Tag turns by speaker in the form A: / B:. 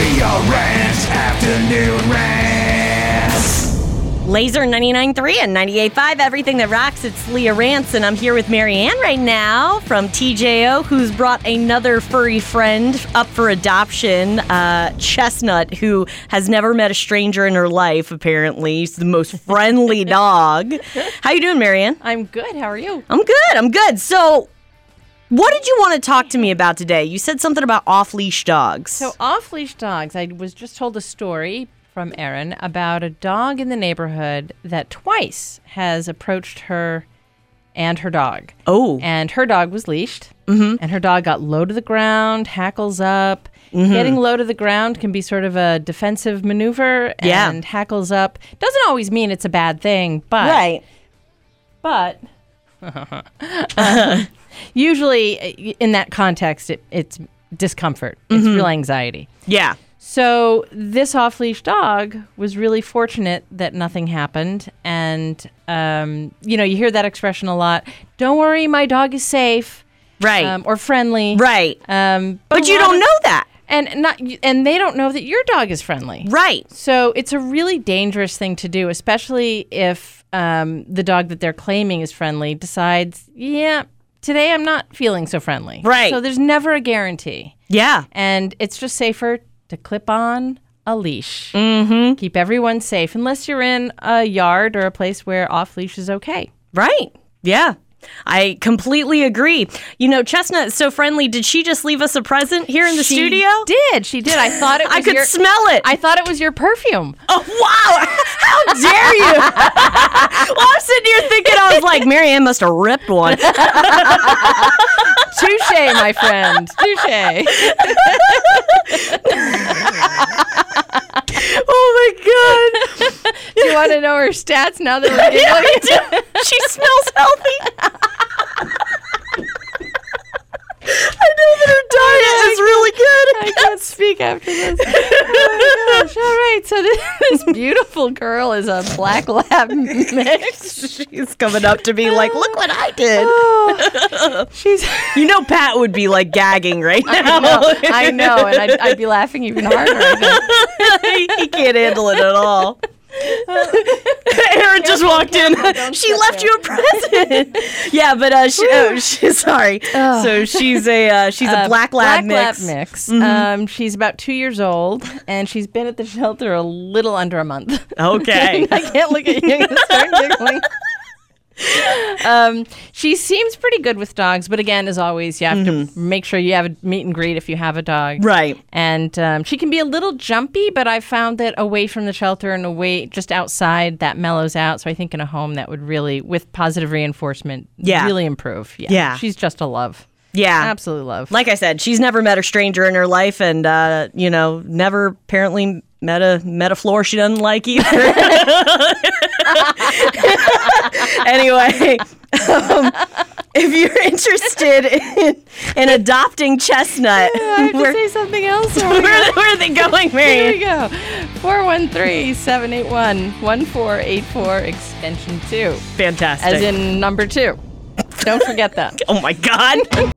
A: rants, afternoon rants.
B: Laser 99.3 and 98.5, everything that rocks. It's Leah Rance, and I'm here with Marianne right now from TJO, who's brought another furry friend up for adoption, uh, Chestnut, who has never met a stranger in her life, apparently. He's the most friendly dog. How you doing, Marianne?
C: I'm good. How are you?
B: I'm good, I'm good. So, what did you want to talk to me about today? You said something about off-leash dogs.
C: So, off leash dogs. I was just told a story from Erin about a dog in the neighborhood that twice has approached her and her dog.
B: oh,
C: And her dog was leashed, mm-hmm. and her dog got low to the ground, hackles up.
B: Mm-hmm.
C: Getting low to the ground can be sort of a defensive maneuver,
B: Yeah.
C: and hackles up doesn't always mean it's a bad thing, but
B: right.
C: but usually uh, in that context it, it's discomfort it's
B: Mm-hmm.
C: real anxiety
B: Yeah.
C: so this off-leash dog was really fortunate that nothing happened and um, you know you hear that expression a lot don't worry my dog is safe
B: Right.
C: um, or friendly
B: right.
C: um,
B: but
C: a
B: you
C: lot
B: don't
C: of-
B: know that.
C: and not and they don't know that your dog is friendly
B: Right.
C: so it's a really dangerous thing to do, especially if um, the dog that they're claiming is friendly decides, yeah, today I'm not feeling so friendly.
B: Right.
C: So there's never a guarantee.
B: Yeah.
C: And it's just safer to clip on a leash.
B: Mm-hmm.
C: Keep everyone safe, unless you're in a yard or a place where off leash is okay.
B: Right. Yeah. I completely agree. You know, Chestnut is so friendly. Did she just leave us a present here in the
C: She
B: studio?
C: Did she did? I thought it. Was
B: I could
C: your-
B: smell it.
C: I thought it was your perfume.
B: oh, wow. How dare you? well, I'm sitting here thinking, I was like, Marianne must have ripped one.
C: Touche, my friend. Touche.
B: oh, my God.
C: Do you want to know her stats now that we're
B: Yeah,
C: giggling?
B: I do. She smells healthy. I know that her diet is really good.
C: I can't speak after this. Oh my gosh. All right. So this, this beautiful girl is a black lab mix.
B: She's coming up to me like, look what I did.
C: Oh, she's.
B: You know, Pat would be like gagging right now.
C: I know, I know, and I'd, I'd be laughing even harder. I think.
B: he can't handle it at all. Aaron just walked in. She left you a present. yeah, but uh, she, oh, she, sorry. So she's a uh, she's a black lab
C: black
B: mix.
C: lab mix. Um, she's about two years old, and she's been at the shelter a little under a month.
B: Okay.
C: I can't look at you and start giggling. Um, she seems pretty good with dogs, but again, as always, you have to make sure you have a meet and greet if you have a dog.
B: Mm-hmm. Right.
C: And um, she can be a little jumpy, but I found that away from the shelter and away just outside, that mellows out. So I think in a home that would really, with positive reinforcement,
B: Yeah.
C: really improve. Yeah.
B: Yeah.
C: She's just a love.
B: Yeah.
C: Absolute love.
B: Like I said, she's never met a stranger in her life, and uh, you know, never apparently met a met a floor she doesn't like either. anyway. um, if you're interested in, in adopting Chestnut,
C: I have to
B: we're-
C: say something else. or we're
B: where, where are they going,
C: Here
B: Mary?
C: we go. 413 781 1484 extension 2,
B: Fantastic.
C: as in number 2. Don't forget that.
B: oh my God.